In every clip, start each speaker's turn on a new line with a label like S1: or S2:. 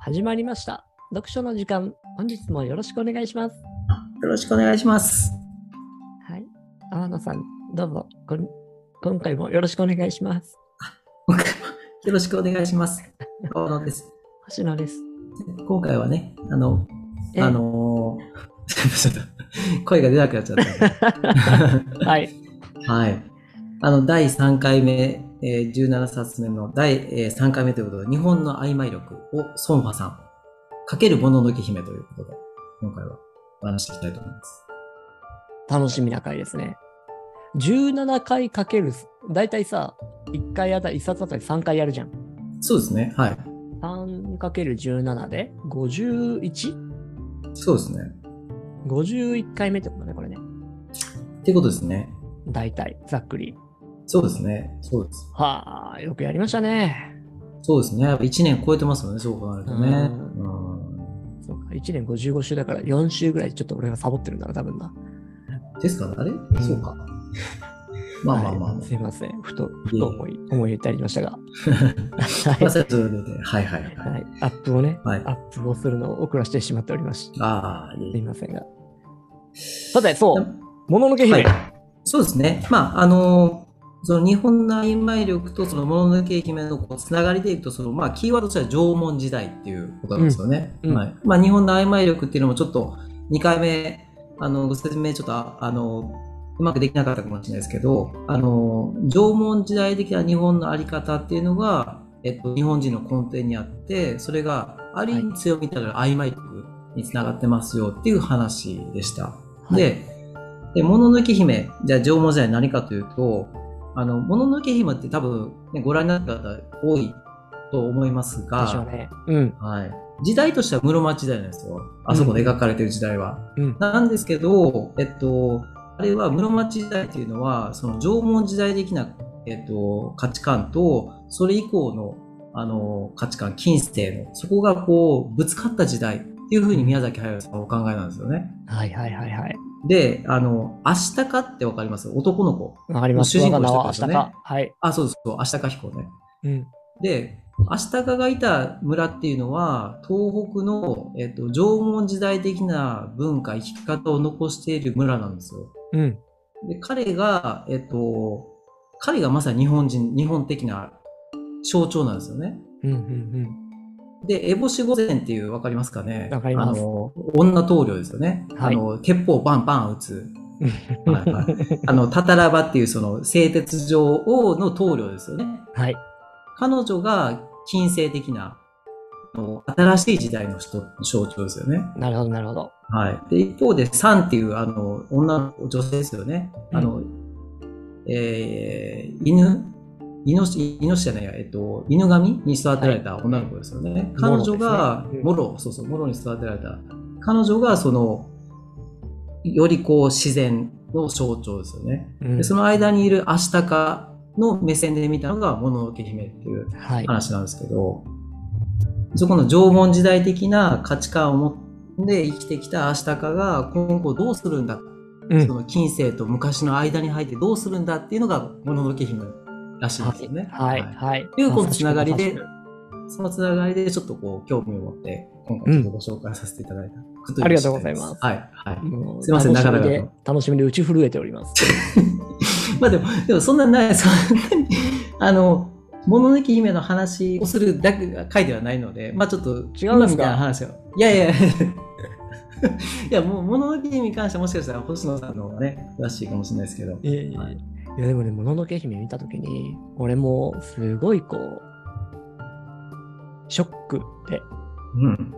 S1: 始まりました。読書の時間、本日もよろしくお願いします。
S2: よろしくお願いします。
S1: はい。天野さん、どうも、こん今回もよろしくお願いします。
S2: 今回もよろしくお願いします。川野です。
S1: 星野です。
S2: 今回はね、あの、
S1: え
S2: あのー、ちょっと声が出なくなっちゃった。
S1: はい。
S2: はい。あの、第3回目、えー17冊目の第、えー3回目ということで、日本の曖昧力をソンファさん、かけるもののけ姫ということで、今回はお話ししていきたいと思います。
S1: 楽しみな回ですね。17回かける、だいたいさ、1回あたり、1冊あたり3回やるじゃん。
S2: そうですね。はい。
S1: 3かける17で 51?51
S2: そうですね。
S1: 回目ってことね、これね。
S2: っていうことですね。
S1: だいたい、ざっくり。
S2: そうですね。そうです。
S1: はあ、よくやりましたね。
S2: そうですね。やっぱ1年超えてますよね、そう考えるとね。
S1: う
S2: うん
S1: そうか、1年55週だから4週ぐらいちょっと俺がサボってるんだな、多分な。
S2: ですから、あれ、そ うか。まあまあまあ、
S1: はい
S2: ま
S1: すいません。ふと、ふと思い、思い入れてありました が。
S2: あ。まあ、
S1: は
S2: それはそれで、はいはいはい
S1: い。。はい。アップをね、
S2: はい
S1: アップをするのを遅らせてしまっておりまし
S2: ああ、い
S1: す
S2: え
S1: い
S2: いえ
S1: ませんが。さて、そう、もののけ
S2: は
S1: 姫。
S2: いそうですね。まあ、あのーその日本の曖昧力とそのもののけ姫のこうつながりでいくとその、まあ、キーワードとしては縄文時代っていうことなんですよね。
S1: うんうん
S2: はいまあ、日本の曖昧力っていうのもちょっと2回目あのご説明ちょっとああのうまくできなかったかもしれないですけどあの縄文時代的な日本の在り方っていうのが、えっと、日本人の根底にあってそれがある意味強みたる曖昧力につながってますよっていう話でした。
S1: は
S2: で、で、もののけ姫、じゃあ縄文時代何かというと、あの、もののけ姫って多分、ね、ご覧になった方多いと思います
S1: でしょう
S2: が、
S1: ね。うん。
S2: はい。時代としては室町時代なんですよ。あそこで描かれてる時代は。
S1: うん。
S2: なんですけど、えっと、あれは室町時代というのは、その縄文時代的な、えっと、価値観と、それ以降のあの価値観、近世の、そこがこう、ぶつかった時代っていうふうに宮崎駿さんはお考えなんですよね。
S1: はいはいはいはい。
S2: で、あの、アシタカってわかります男の子。
S1: わかります。
S2: 主人公
S1: 我が名は明
S2: し
S1: 日
S2: てたでしょう
S1: か
S2: ね。
S1: はい。
S2: あ、そうそうそう、アシタカ彦ね。
S1: うん。
S2: で、アシタカがいた村っていうのは、東北の、えっと、縄文時代的な文化、生き方を残している村なんですよ。
S1: うん。
S2: で、彼が、えっと、彼がまさに日本人、日本的な象徴なんですよね。
S1: うん。うん。
S2: で、烏帽子御前っていう、わかりますかね
S1: わかります
S2: あの、女棟梁ですよね。
S1: はい
S2: あの、鉄砲バンバン撃つ。
S1: うん。
S2: はいはあの、タタラバっていうその製鉄所をの棟梁ですよね。
S1: はい。
S2: 彼女が近世的な、あの新しい時代の人象徴ですよね。
S1: なるほど、なるほど。
S2: はい。で、一方で、サンっていう、あの、女の女性ですよね。
S1: うん
S2: あの、えー、犬、イノシ、イノシじゃないや、えっと、犬神に育てられた女の子ですよね。彼女が
S1: モロですねうん、
S2: モロ、そうそう、モロに育てられた。彼女が、その、よりこう、自然の象徴ですよね。
S1: うん
S2: でその間にいるアシタカの目線で見たのが、もののけ姫っていう
S1: はい。
S2: 話なんですけど、そこの縄文時代的な価値観を持って生きてきたアシタカが今後どうするんだ、
S1: うん
S2: その近世と昔の間に入ってどうするんだっていうのがもののけ姫らしいんですよね。
S1: はい。はい。
S2: というこのつながりで
S1: まさしく
S2: そのつながりでちょっとこう興味を持って今回ちょっとご紹介させていただいたこと
S1: ありが
S2: にして
S1: とう
S2: お
S1: ご
S2: り
S1: ざい
S2: ます
S1: ます
S2: はい。は
S1: まさ
S2: い
S1: しくもう
S2: すいません
S1: 楽しみで
S2: なかな
S1: 楽しみで打ち震えております。
S2: まあでも、でもそんなない、そんなに、あの、もののけ姫の話をするだけ回ではないので、まあちょっと、
S1: 違うんですか
S2: 今みたいな話を。いやい やいや。いや、もう、もののけ姫に関してはもしかしたら星野さんの方がね、詳しいかもしれないですけど。
S1: いやいやいや
S2: はい
S1: いやでもね、もののけ姫見たときに、俺もすごいこう、ショックで、
S2: うん。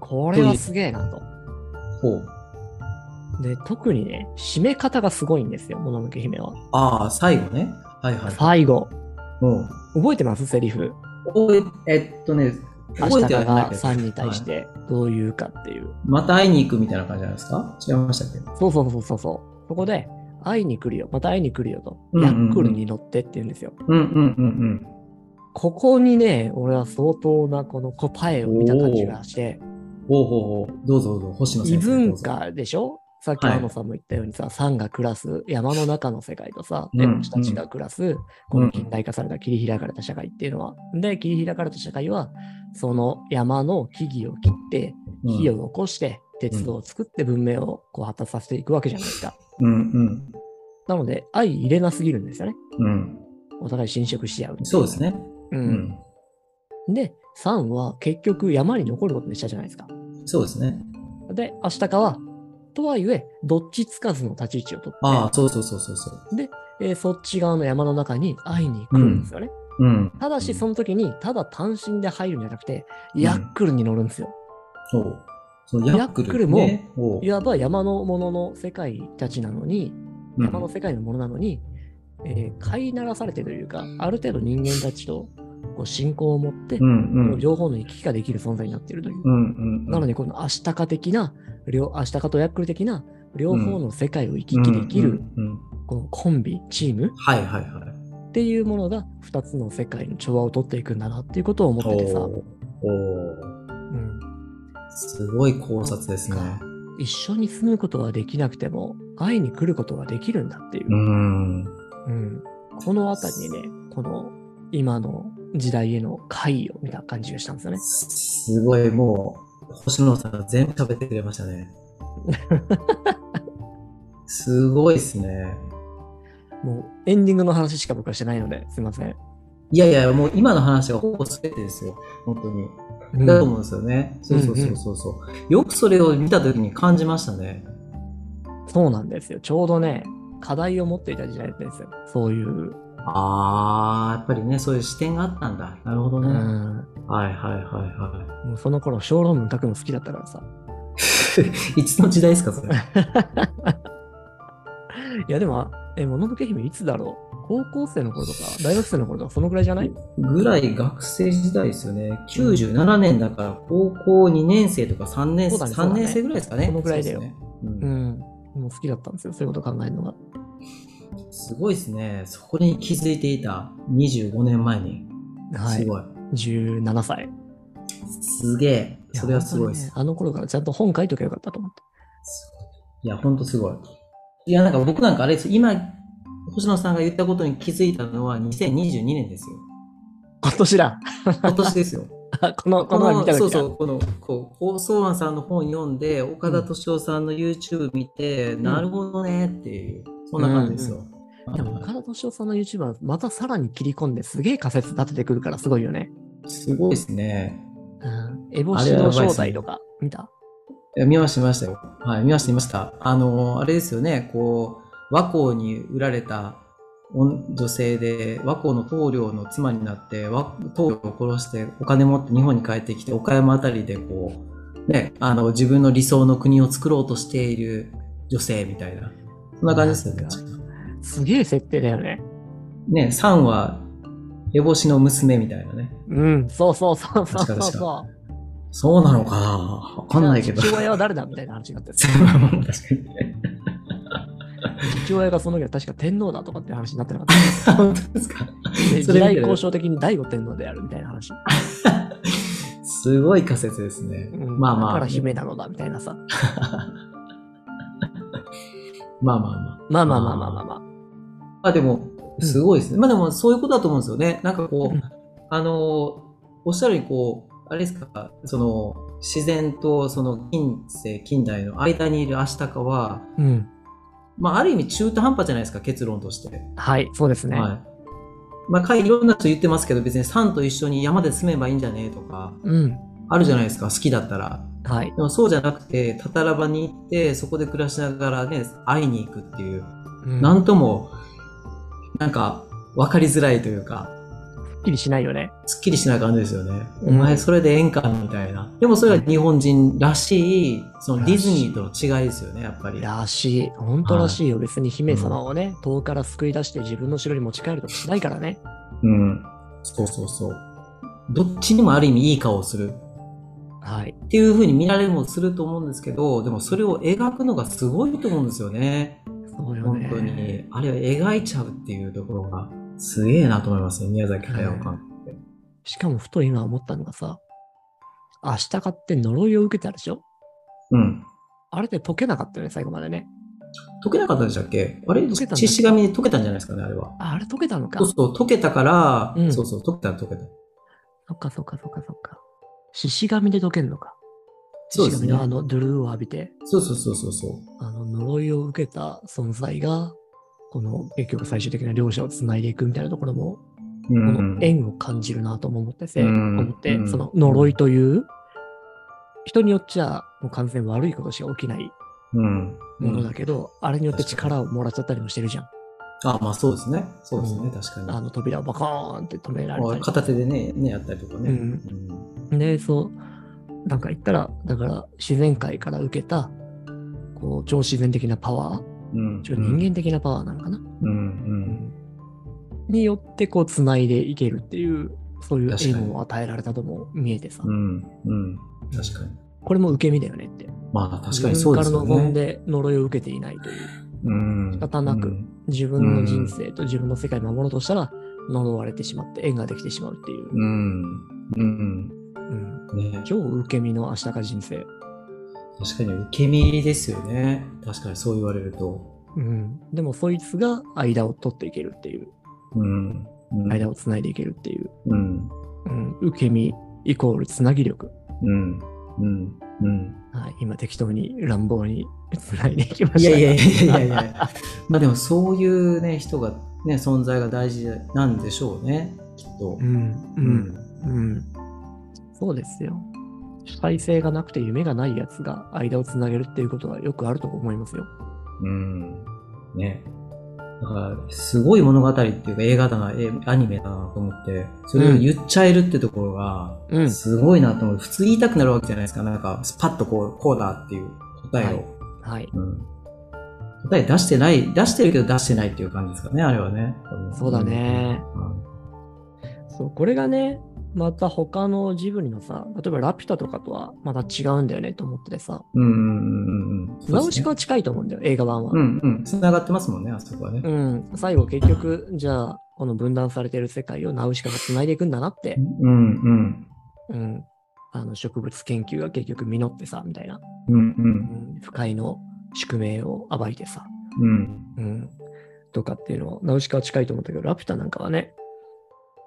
S1: これはすげえなと。
S2: ほう。
S1: で、特にね、締め方がすごいんですよ、もののけ姫は。
S2: ああ、最後ね。はいはい。
S1: 最後、
S2: もう
S1: 覚えてますセリフ。
S2: 覚え、えっとね、
S1: 明
S2: 覚え
S1: 日
S2: てはない
S1: が
S2: けど
S1: さんに対し
S2: はい
S1: てどう言うかっていう。
S2: また会いに行くみたいな感じじゃないですか違いましたっけ
S1: そうそうそうそうそう。そこで、会いに来るよ、また会いに来るよと、
S2: うんうん
S1: ヤ
S2: うん
S1: ックルに乗ってって言うんですよ。
S2: うんうんうん
S1: ここにね、俺は相当なこの答えを見た感じがして、
S2: うん。ほうほうほう。どうぞどうぞ、星野
S1: 異
S2: 先生。
S1: 文
S2: どうぞ。
S1: 化でしょさっき
S2: はい
S1: ア野さんも言ったようにさ、山が暮らす山の中の世界とさ、
S2: うん
S1: 猫たちが暮らす、この近代化された切り開かれた社会っていうのは。で、切り開かれた社会は、その山の木々を切って、
S2: うん
S1: 火を残して、鉄道を作って文明をこう発達させていくわけじゃないですか。
S2: うんうん
S1: なので、相入れなすぎるんですよね。
S2: うん
S1: お互い侵食し合う。
S2: そうですね。
S1: う。
S2: うんん。
S1: で、山は結局山に残ることにしたじゃないですか。
S2: そうですね。
S1: で、アシタカは、とはいえ、どっちつかずの立ち位置をとって、
S2: ああ、そうそうそうそうそう。
S1: えーそっち側の山の中に会いに来るんですよね。
S2: うん。
S1: ただし、その時に、ただ単身で入るんじゃなくて、ヤックルに乗るんですよ。
S2: そう。そのヤックル、ね、も
S1: いわば山のものの世界たちなのに、山の世界のものなのに、えー飼いならされてというか、ある程度人間たちとこう信仰を持って、
S2: うんう
S1: こ
S2: ん
S1: の両方の行き来ができる存在になっているという。
S2: うんうん。
S1: なの
S2: で、
S1: で、このアシタカ的な、両アシタカとヤックル的な、両方の世界を行き来できる、
S2: うんうん
S1: このコンビ、チーム
S2: はいはいはい。
S1: っていうものが2つの世界の調和を取っていくんだなっていうことを思っててさ、
S2: おーお
S1: うん
S2: ーすごい考察ですね。
S1: 一緒に住むことはできなくても会いに来ることができるんだっていう
S2: う、ん。
S1: うんこのあたりにねこの今の時代への回を見た感じがしたんですよね。
S2: すごいもう、星野さんが全部食べてくれまし たね。すごいですね。
S1: もうエンディングの話しか僕はしてないのですいません。
S2: いやいや、もう今の話がほぼ全てですよ。本当に。
S1: うん
S2: だと思うんですよね。そうそうそうそうそう、よくそれを見た時に感じましたね。
S1: そうなんですよ。ちょうどね課題を持っていた時代だったんですよ。そういう、
S2: ああ、やっぱりね、そういう視点があったんだ。なるほど
S1: う
S2: ね。
S1: ん、
S2: はいはいはいは
S1: もうその頃小論文書くの好きだったからさ。
S2: い。 いつの時代ですか、それ。
S1: いやでも、え、もののけ姫いつだろう高校生の頃とか、大学生の頃とか、そのぐらいじゃない
S2: ぐらい学生時代ですよね。97年だから、高校2年生とか3年
S1: そ
S2: 生、
S1: うだね
S2: 3年生ぐらいですかね。
S1: そのぐらいだよ
S2: そうですねう
S1: うんん。もう好きだったんですよ。そういうこと考えるのが。
S2: すごいですね。そこに気づいていた25年前に。
S1: は
S2: す
S1: い。
S2: ごい。
S1: 17歳。
S2: すげえ。それはすごいで
S1: や本当に
S2: す。
S1: ねあの頃からちゃんと本書いとけばよかったと思って。
S2: すごいいや、ほんとすごい。いや、なんか僕なんかあれです。今、星野さんが言ったことに気づいたのは2022年ですよ。
S1: 今年 だ
S2: 今年ですよ。
S1: この、 この前見た時だ
S2: そうそう、この、こう、放送案さんの本読んで、岡田敏夫さんの YouTube 見て、なるほどねっていう、そんな感じですよ。
S1: でも、岡田敏夫さんの YouTube はまたさらに切り込んですげえ仮説立ててくるからすごいよね。
S2: すごいですね。
S1: うん。エボシの正体とか、見た
S2: いや見ました、見ましたよ。はい、見ました、見ました。あの、あれですよね、こう、和光に売られた女女性で、和光の棟梁の妻になって、和棟梁を殺して、お金持って日本に帰ってきて、岡山あたりでこう、ね、あの、自分の理想の国を作ろうとしている女性みたいな。そんな感じ
S1: なん
S2: です
S1: か
S2: よね。
S1: すげえ設定だよね。
S2: ね、3は、烏帽子の娘みたいなね。
S1: うん。そうそうそうそうそう
S2: 確か
S1: そう。
S2: そうなのかなわかんないけど。
S1: 父親は誰だみたいな話になって
S2: そう確かに。
S1: 父親がその時は確か天皇だとかって話になってな かっ
S2: 本当ですか
S1: た。で時
S2: それ見てる
S1: 代交渉的に醍醐天皇であるみたいな話。
S2: すごい仮説ですね。
S1: うん
S2: まあまあ。
S1: だから姫なのだみたいなさ。
S2: まあまあま
S1: まあまあまあまあまあまあ。
S2: あ。まあでも、
S1: うん
S2: すごいですね。まあでも、そういうことだと思うんですよね。なんかこ
S1: うん
S2: う、あの、おっしゃるようにこう、あれですか、その、自然とその近世、近代の間にいるアシタカは、
S1: うん。
S2: まあある意味中途半端じゃないですか、結論として。
S1: はい、そうですね。
S2: はい。まあ、かいろんな人言ってますけど、別にサンと一緒に山で住めばいいんじゃねえとか、
S1: うん。
S2: あるじゃないですか、好きだったら。
S1: はい。
S2: でもそうじゃなくて、タタラ場に行って、そこで暮らしながらね、会いに行くっていう、
S1: うん
S2: なんとも、なんか、分かりづらいというか、
S1: すっきりしないよね。
S2: すっきりしない感じですよね。
S1: うん
S2: お前、それでええんかみたいな。でもそれは日本人らしい、そのディズニーとの違いですよね、やっぱり。
S1: らしい。本当らしいよ。別に姫様をね、遠から救い出して自分の城に持ち帰るとかしないからね。
S2: うん。そうそうそう。どっちにもある意味いい顔をする
S1: はい。
S2: っていうふうに見られもすると思うんですけど、でもそれを描くのがすごいと思うんですよね。
S1: そうよね。
S2: 本当に。あれは描いちゃうっていうところが、すげえなと思いますね、宮崎駿監督。
S1: しかも、ふと今思ったのがさ、明日かって呪いを受けたでしょ
S2: うん。
S1: あれって解けなかったよね、最後までね。
S2: 溶けなかったでしたっけあれ
S1: 溶けたんだ
S2: 獅子紙に溶けたんじゃないですかね、あれは。
S1: ああれ解けたのか。
S2: そうそう、溶けたから、
S1: うん
S2: そうそう、溶けた、溶けた。
S1: そっかそっかそっかそっか。獅子神で解けるのか。
S2: そうですね
S1: 獅子神のあの、ドゥルーを浴びて、
S2: そうそうそうそうそう。
S1: あの、呪いを受けた存在が、この結局最終的な両者をつないでいくみたいなところも、こ
S2: うん
S1: の縁を感じるなとも思ってて、
S2: うん
S1: 思って、
S2: うん
S1: その呪いという、人によっちゃもう完全に悪いことしか起きない
S2: うん。う
S1: ものだ
S2: ん。
S1: けど、あれによって力をもらっちゃったりもしてるじゃん。
S2: あ、まあそうですね。そうです
S1: うん
S2: ね、確かに。
S1: あの扉をバコーンって止められ
S2: ま
S1: た
S2: あ
S1: り
S2: 片手でね、ね、やったりとかね。
S1: う
S2: うん
S1: で、そう、なんか言ったら、だから自然界から受けた、こう、超自然的なパワー、
S2: ん。
S1: ちょっと人間的なパワーなのかな、
S2: うん。うん。
S1: によって、こう、繋いでいけるっていう、そういう
S2: 確かに
S1: 縁を与えられたとも見えてさ、
S2: うん。うん。確かに。
S1: これも受け身だよねって。
S2: まあ確かにそうですよ
S1: 自分から望ん
S2: ね。
S1: で呪いを受けていないという。
S2: うん。
S1: 仕方なく自分の人生と自分の世界を守ろうとしたら、呪われてしまって縁ができてしまうっていう。
S2: うん。うん。
S1: うん、
S2: うん。ね。
S1: 超受け身の明日か人生。
S2: 確かに受け身ですよね。確かにそう言われると。
S1: うん、でも、そいつが間を取っていけるっていう。
S2: うん。うん
S1: 間をつないでいけるっていう、
S2: うん。
S1: うん、受け身イコールつなぎ力、
S2: うん。うん。うん。
S1: はい、今適当に乱暴につないでいきました
S2: いやいやいやいやい
S1: や
S2: やまあでもそういうね人がね存在が大事なんでしょうねきっと
S1: う。んうんうんそうですよ主体性がなくて夢がないやつが間をつなげるっていうことはよくあると思いますよ
S2: うん。ね。だからすごい物語っていうか映画だなえアニメだなと思ってそれを言っちゃえるってところが
S1: うん
S2: すごいなと思う、普通言いたくなるわけじゃないですかなんかスパッとこうこうだっていう答えを、
S1: はいはい
S2: うん、答え出してない出してるけど出してないっていう感じですかねあれはね
S1: そうだ、ね、
S2: うん
S1: そうこれがねまた他のジブリのさ例えば「ラピュタ」とかとはまた違うんだよねと思っててさ
S2: うんうんうんうん
S1: ナウシカは近いと思うんだよ映画版は、
S2: うんうん、繋がってますもんね、あそこはね。
S1: うん、最後結局、じゃあ、この分断されてる世界をナウシカが繋いでいくんだなって、
S2: うんうん。
S1: うん、あの植物研究が結局実ってさ、みたいな、
S2: うんう。
S1: うんん、不快の宿命を暴いてさ、
S2: うん。
S1: うん、とかっていうのを、ナウシカは近いと思ったけど、ラピュタなんかはね、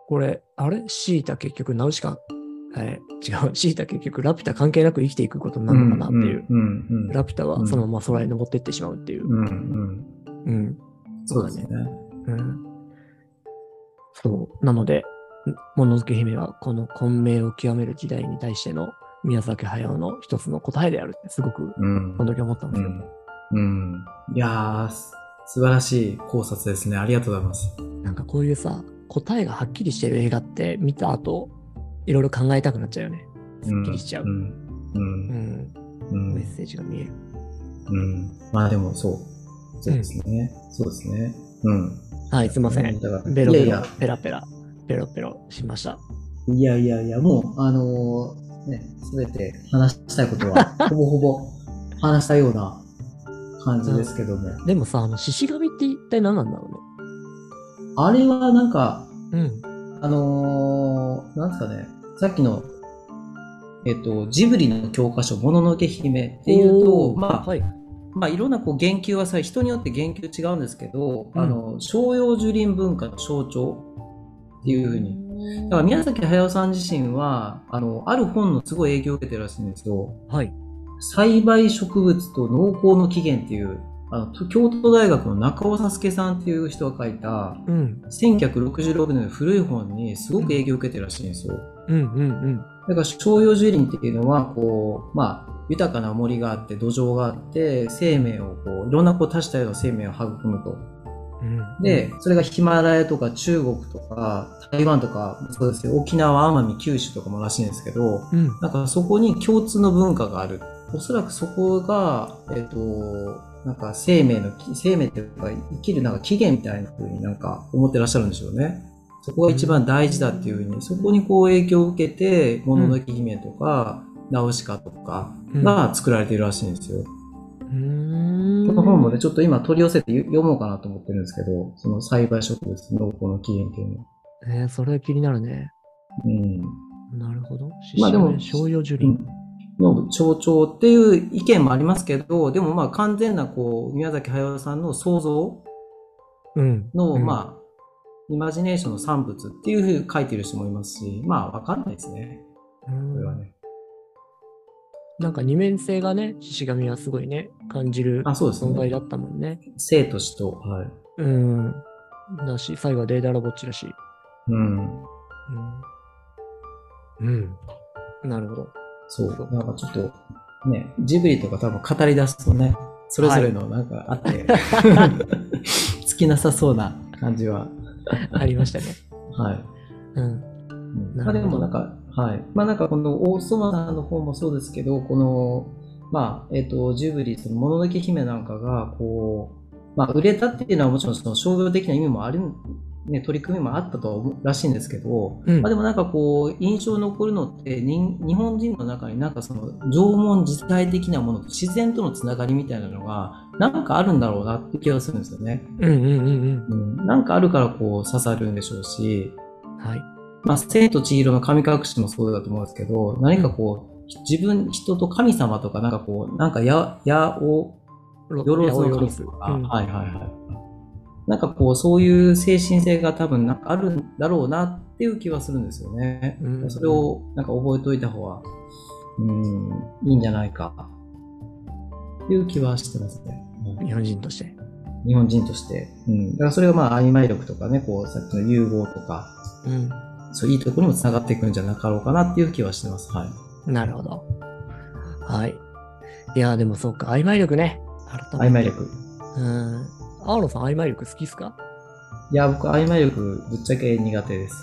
S1: これ、あれシータ結局ナウシカ、えー違う、シータ結局ラピュタ関係なく生きていくことになるのかなっていう、
S2: うんうん。
S1: ラピュタはそのまま空へ登ってってしまうっていう、
S2: うんうん。
S1: うん、
S2: そうですね。
S1: うんそう。なので、もののけ姫はこの混迷を極める時代に対しての宮崎駿の一つの答えであるってすごく
S2: うん
S1: こ。の時思ったんで
S2: う
S1: すよ。
S2: ん。うん。いやー、す素晴らしい考察ですね。ありがとうございます。
S1: なんかこういうさ、答えがはっきりしてる映画って見た後、いろいろ考えたくなっちゃうよね。すっきりしちゃう。
S2: う
S1: うん
S2: ん。うん。う
S1: メッ
S2: ん。
S1: セージが見える。
S2: うん。まあでも、そう。そうですね。そうですね。うん。
S1: はい、すいません。
S2: だから
S1: ベロベ
S2: いやい
S1: ロ
S2: や、
S1: ペラペラ、ペロペロしました。
S2: いやいやいや、もう、あのーね、すべて話したいこと は、ほぼほぼ話したような感じですけども。
S1: でもさ、あの、獅子神って一体何なんだろ
S2: あれはなんか、
S1: うね。うん。
S2: あのーなんですかね、さっきの、えっと、ジブリの教科書、もののけ姫っていうと、
S1: おー
S2: まあ、
S1: はい。
S2: まあ、いろんなこう言及はさ、人によって言及違うんですけど、
S1: うん
S2: あの、商用樹林文化の象徴っていうふうに。だから宮崎駿さん自身は、あの、ある本のすごい影響を受けてるらしいんですよ。
S1: はい。
S2: 栽培植物と農耕の起源っていうあの京都大学の中尾佐助さんっていう人が書いた
S1: うん。
S2: 1966年の古い本にすごく影響を受けてるらしいんですよ
S1: うんうんうん。
S2: だから照葉樹林っていうのはこうまあ豊かな森があって土壌があって生命をこういろんなこう多種多様な生命を育むと
S1: うん
S2: で、それがヒマラヤとか中国とか台湾とかそうですよ沖縄奄美九州とかもらしいんですけど
S1: うん。
S2: なんかそこに共通の文化がある。おそらくそこが、えっ、と、なんか生命の、生命っていうか生きるなんか起源みたいな風になんか思ってらっしゃるんでしょうね。そこが一番大事だっていう風に、そこにこう影響を受けて、もののけ姫とか、ナウシカとかが作られているらしいんですよ。
S1: こ
S2: この本もね、ちょっと今取り寄せて読もうかなと思ってるんですけど、その栽培植物のこの起源っていうの。
S1: えーそれ気になるね。
S2: うん。
S1: なるほど。
S2: まあでも
S1: 商用樹
S2: う
S1: 林
S2: ん。の象徴っていう意見もありますけど、でもまあ完全なこう、宮崎駿さんの想像
S1: うん。
S2: の、
S1: うん
S2: まあ、イマジネーションの産物っていうふうに書いてる人もいますし、まあわかんないですね。
S1: うん
S2: これはね。
S1: なんか二面性がね、獅子神はすごいね、感じる
S2: あ、そうです
S1: 存在
S2: ね。
S1: だったもんね。
S2: 生と死と。はい。
S1: うん。だし、最後はデーダラぼっちだし。
S2: うん。
S1: うん。うん。なるほど。
S2: そう
S1: そう。
S2: なんかちょっと、ね、ジブリとか多分語り出すとね、それぞれのなんかあって、 尽きなさそうな感じは。
S1: ありましたね。
S2: はい。
S1: うん。なるほど
S2: まあでもなんか、はい。まあなんかこの大園さんの方もそうですけど、この、まあ、えっ、と、ジブリ、その、もののけ姫なんかが、こう、まあ、売れたっていうのはもちろんその商業的な意味もある、ね、取り組みもあったとは思うらしいんですけど、
S1: うん
S2: まあでもなんかこう、印象に残るのって、人日本人の中になんかその、縄文時代的なものと自然とのつながりみたいなのが、なんかあるんだろうなって気がするんですよね。
S1: うんうんうん
S2: うん。なんかあるからこう、刺さるんでしょうし、
S1: うん。はい。
S2: まあ、千と千尋の神隠しもそうだと思うんですけど、何かこう、自分、人と神様とか、なんかこう、なんかや、やお、
S1: よ
S2: よろずの神
S1: す
S2: 様とか、はいはいはい。なんかこう、そういう精神性が多分なんかあるんだろうなっていう気はするんですよね。
S1: うん
S2: それをなんか覚えておいた方が、うん、いいんじゃないか、っていう気はしてますね。
S1: 日本人として。
S2: 日本人として。うん。だからそれがまあ、曖昧力とかね、こう、さっきの融合とか、
S1: うん。
S2: そういいところにもつながっていくんじゃなかろうかなっていう気はしてます。はい。
S1: なるほど。はい。いやー、でもそうか、曖昧力ね。改
S2: 曖
S1: めて
S2: 昧。力。
S1: うん。青野さん、曖昧力好きっすか
S2: いや、僕、曖昧力、ぶっちゃけ苦手です。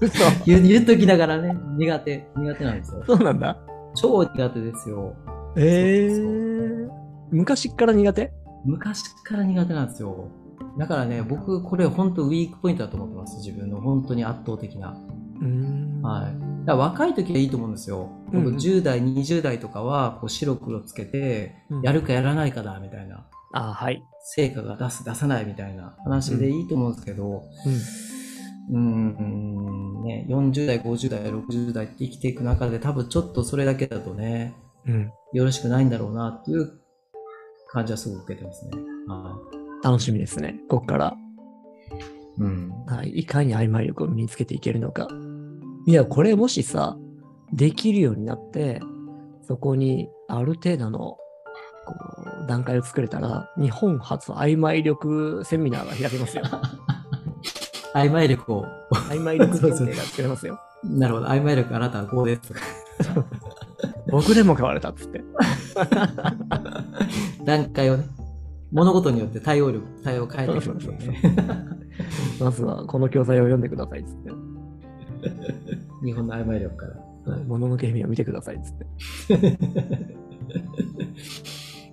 S1: 嘘。
S2: 言う言っときながらね、苦手、苦手なんですよ。
S1: そうなんだ。
S2: 超苦手ですよ。
S1: ええ
S2: そう
S1: ー。昔っから苦手
S2: 昔から苦手なんですよ。だからね、僕、これ、本当ウィークポイントだと思ってます。自分の、本当に圧倒的な。
S1: うーん。
S2: はいだから若い時はいいと思うんですよ。僕、
S1: うんうん
S2: 10代、20代とかは、こう、白黒つけて、
S1: うん
S2: やるかやらないかだ、みたいな。
S1: あーはい。
S2: 成果が出す、出さないみたいな話でいいと思うんですけど、うーんね、40代、50代、60代って生きていく中で多分ちょっとそれだけだとね、
S1: うん。うん。
S2: よろしくないんだろうなっていう感じはすごく受けてますね。は
S1: 楽しみですね。ここから、
S2: い。うん。
S1: はい、いかに曖昧力を身につけていけるのか。いや、これもしさ、できるようになって、そこにある程度のこう段階を作れたら、日本初曖昧力セミナーが開け ますよ。
S2: 曖昧力を、
S1: 曖昧力検定が作れますよ。
S2: なるほど、曖昧力あなたはこうですとか、
S1: 僕でも変われたっつって。
S2: 段階をね、物事によって対応力、対応を変えていくんですよね。
S1: まずはこの教材を読んでくださいっつって。
S2: 日本の曖昧力から。はい
S1: もののけ姫を見てくださいっつって。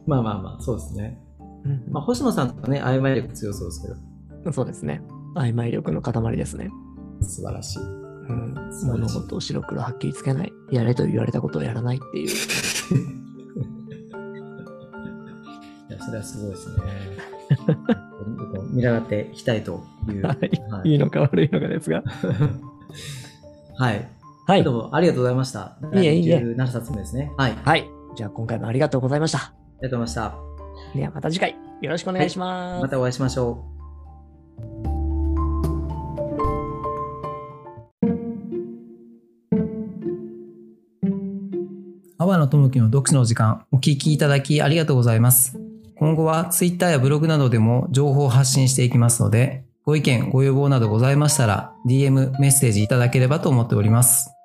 S2: まあまあまあ、そうですね。
S1: うん
S2: まあ、星野さんとかね、曖昧力強そうですけど、
S1: そうですね。曖昧力の塊ですね。
S2: 素晴 らしい。
S1: うん
S2: 素晴
S1: 物
S2: らしい
S1: 事を白黒はっきりつけない。やれと言われたことをやらないっていう。
S2: いや、それはすごいですね。見習っていきたいという。
S1: は
S2: はいい。
S1: いいのか悪いのかですが。
S2: はい。
S1: はい
S2: どう。もありがとうございました。
S1: いえいえ
S2: 7冊目ですね。はい。ありがと
S1: はい。じゃあ今回もありがとうございました。
S2: うございました。
S1: ではまた次回よろしくお願いします。
S2: またお会いしましょう。阿波野智樹の読書の時間お聞きいただきありがとうございます今後は Twitter やブログなどでも情報を発信していきますのでご意見ご要望などございましたら DM メッセージいただければと思っております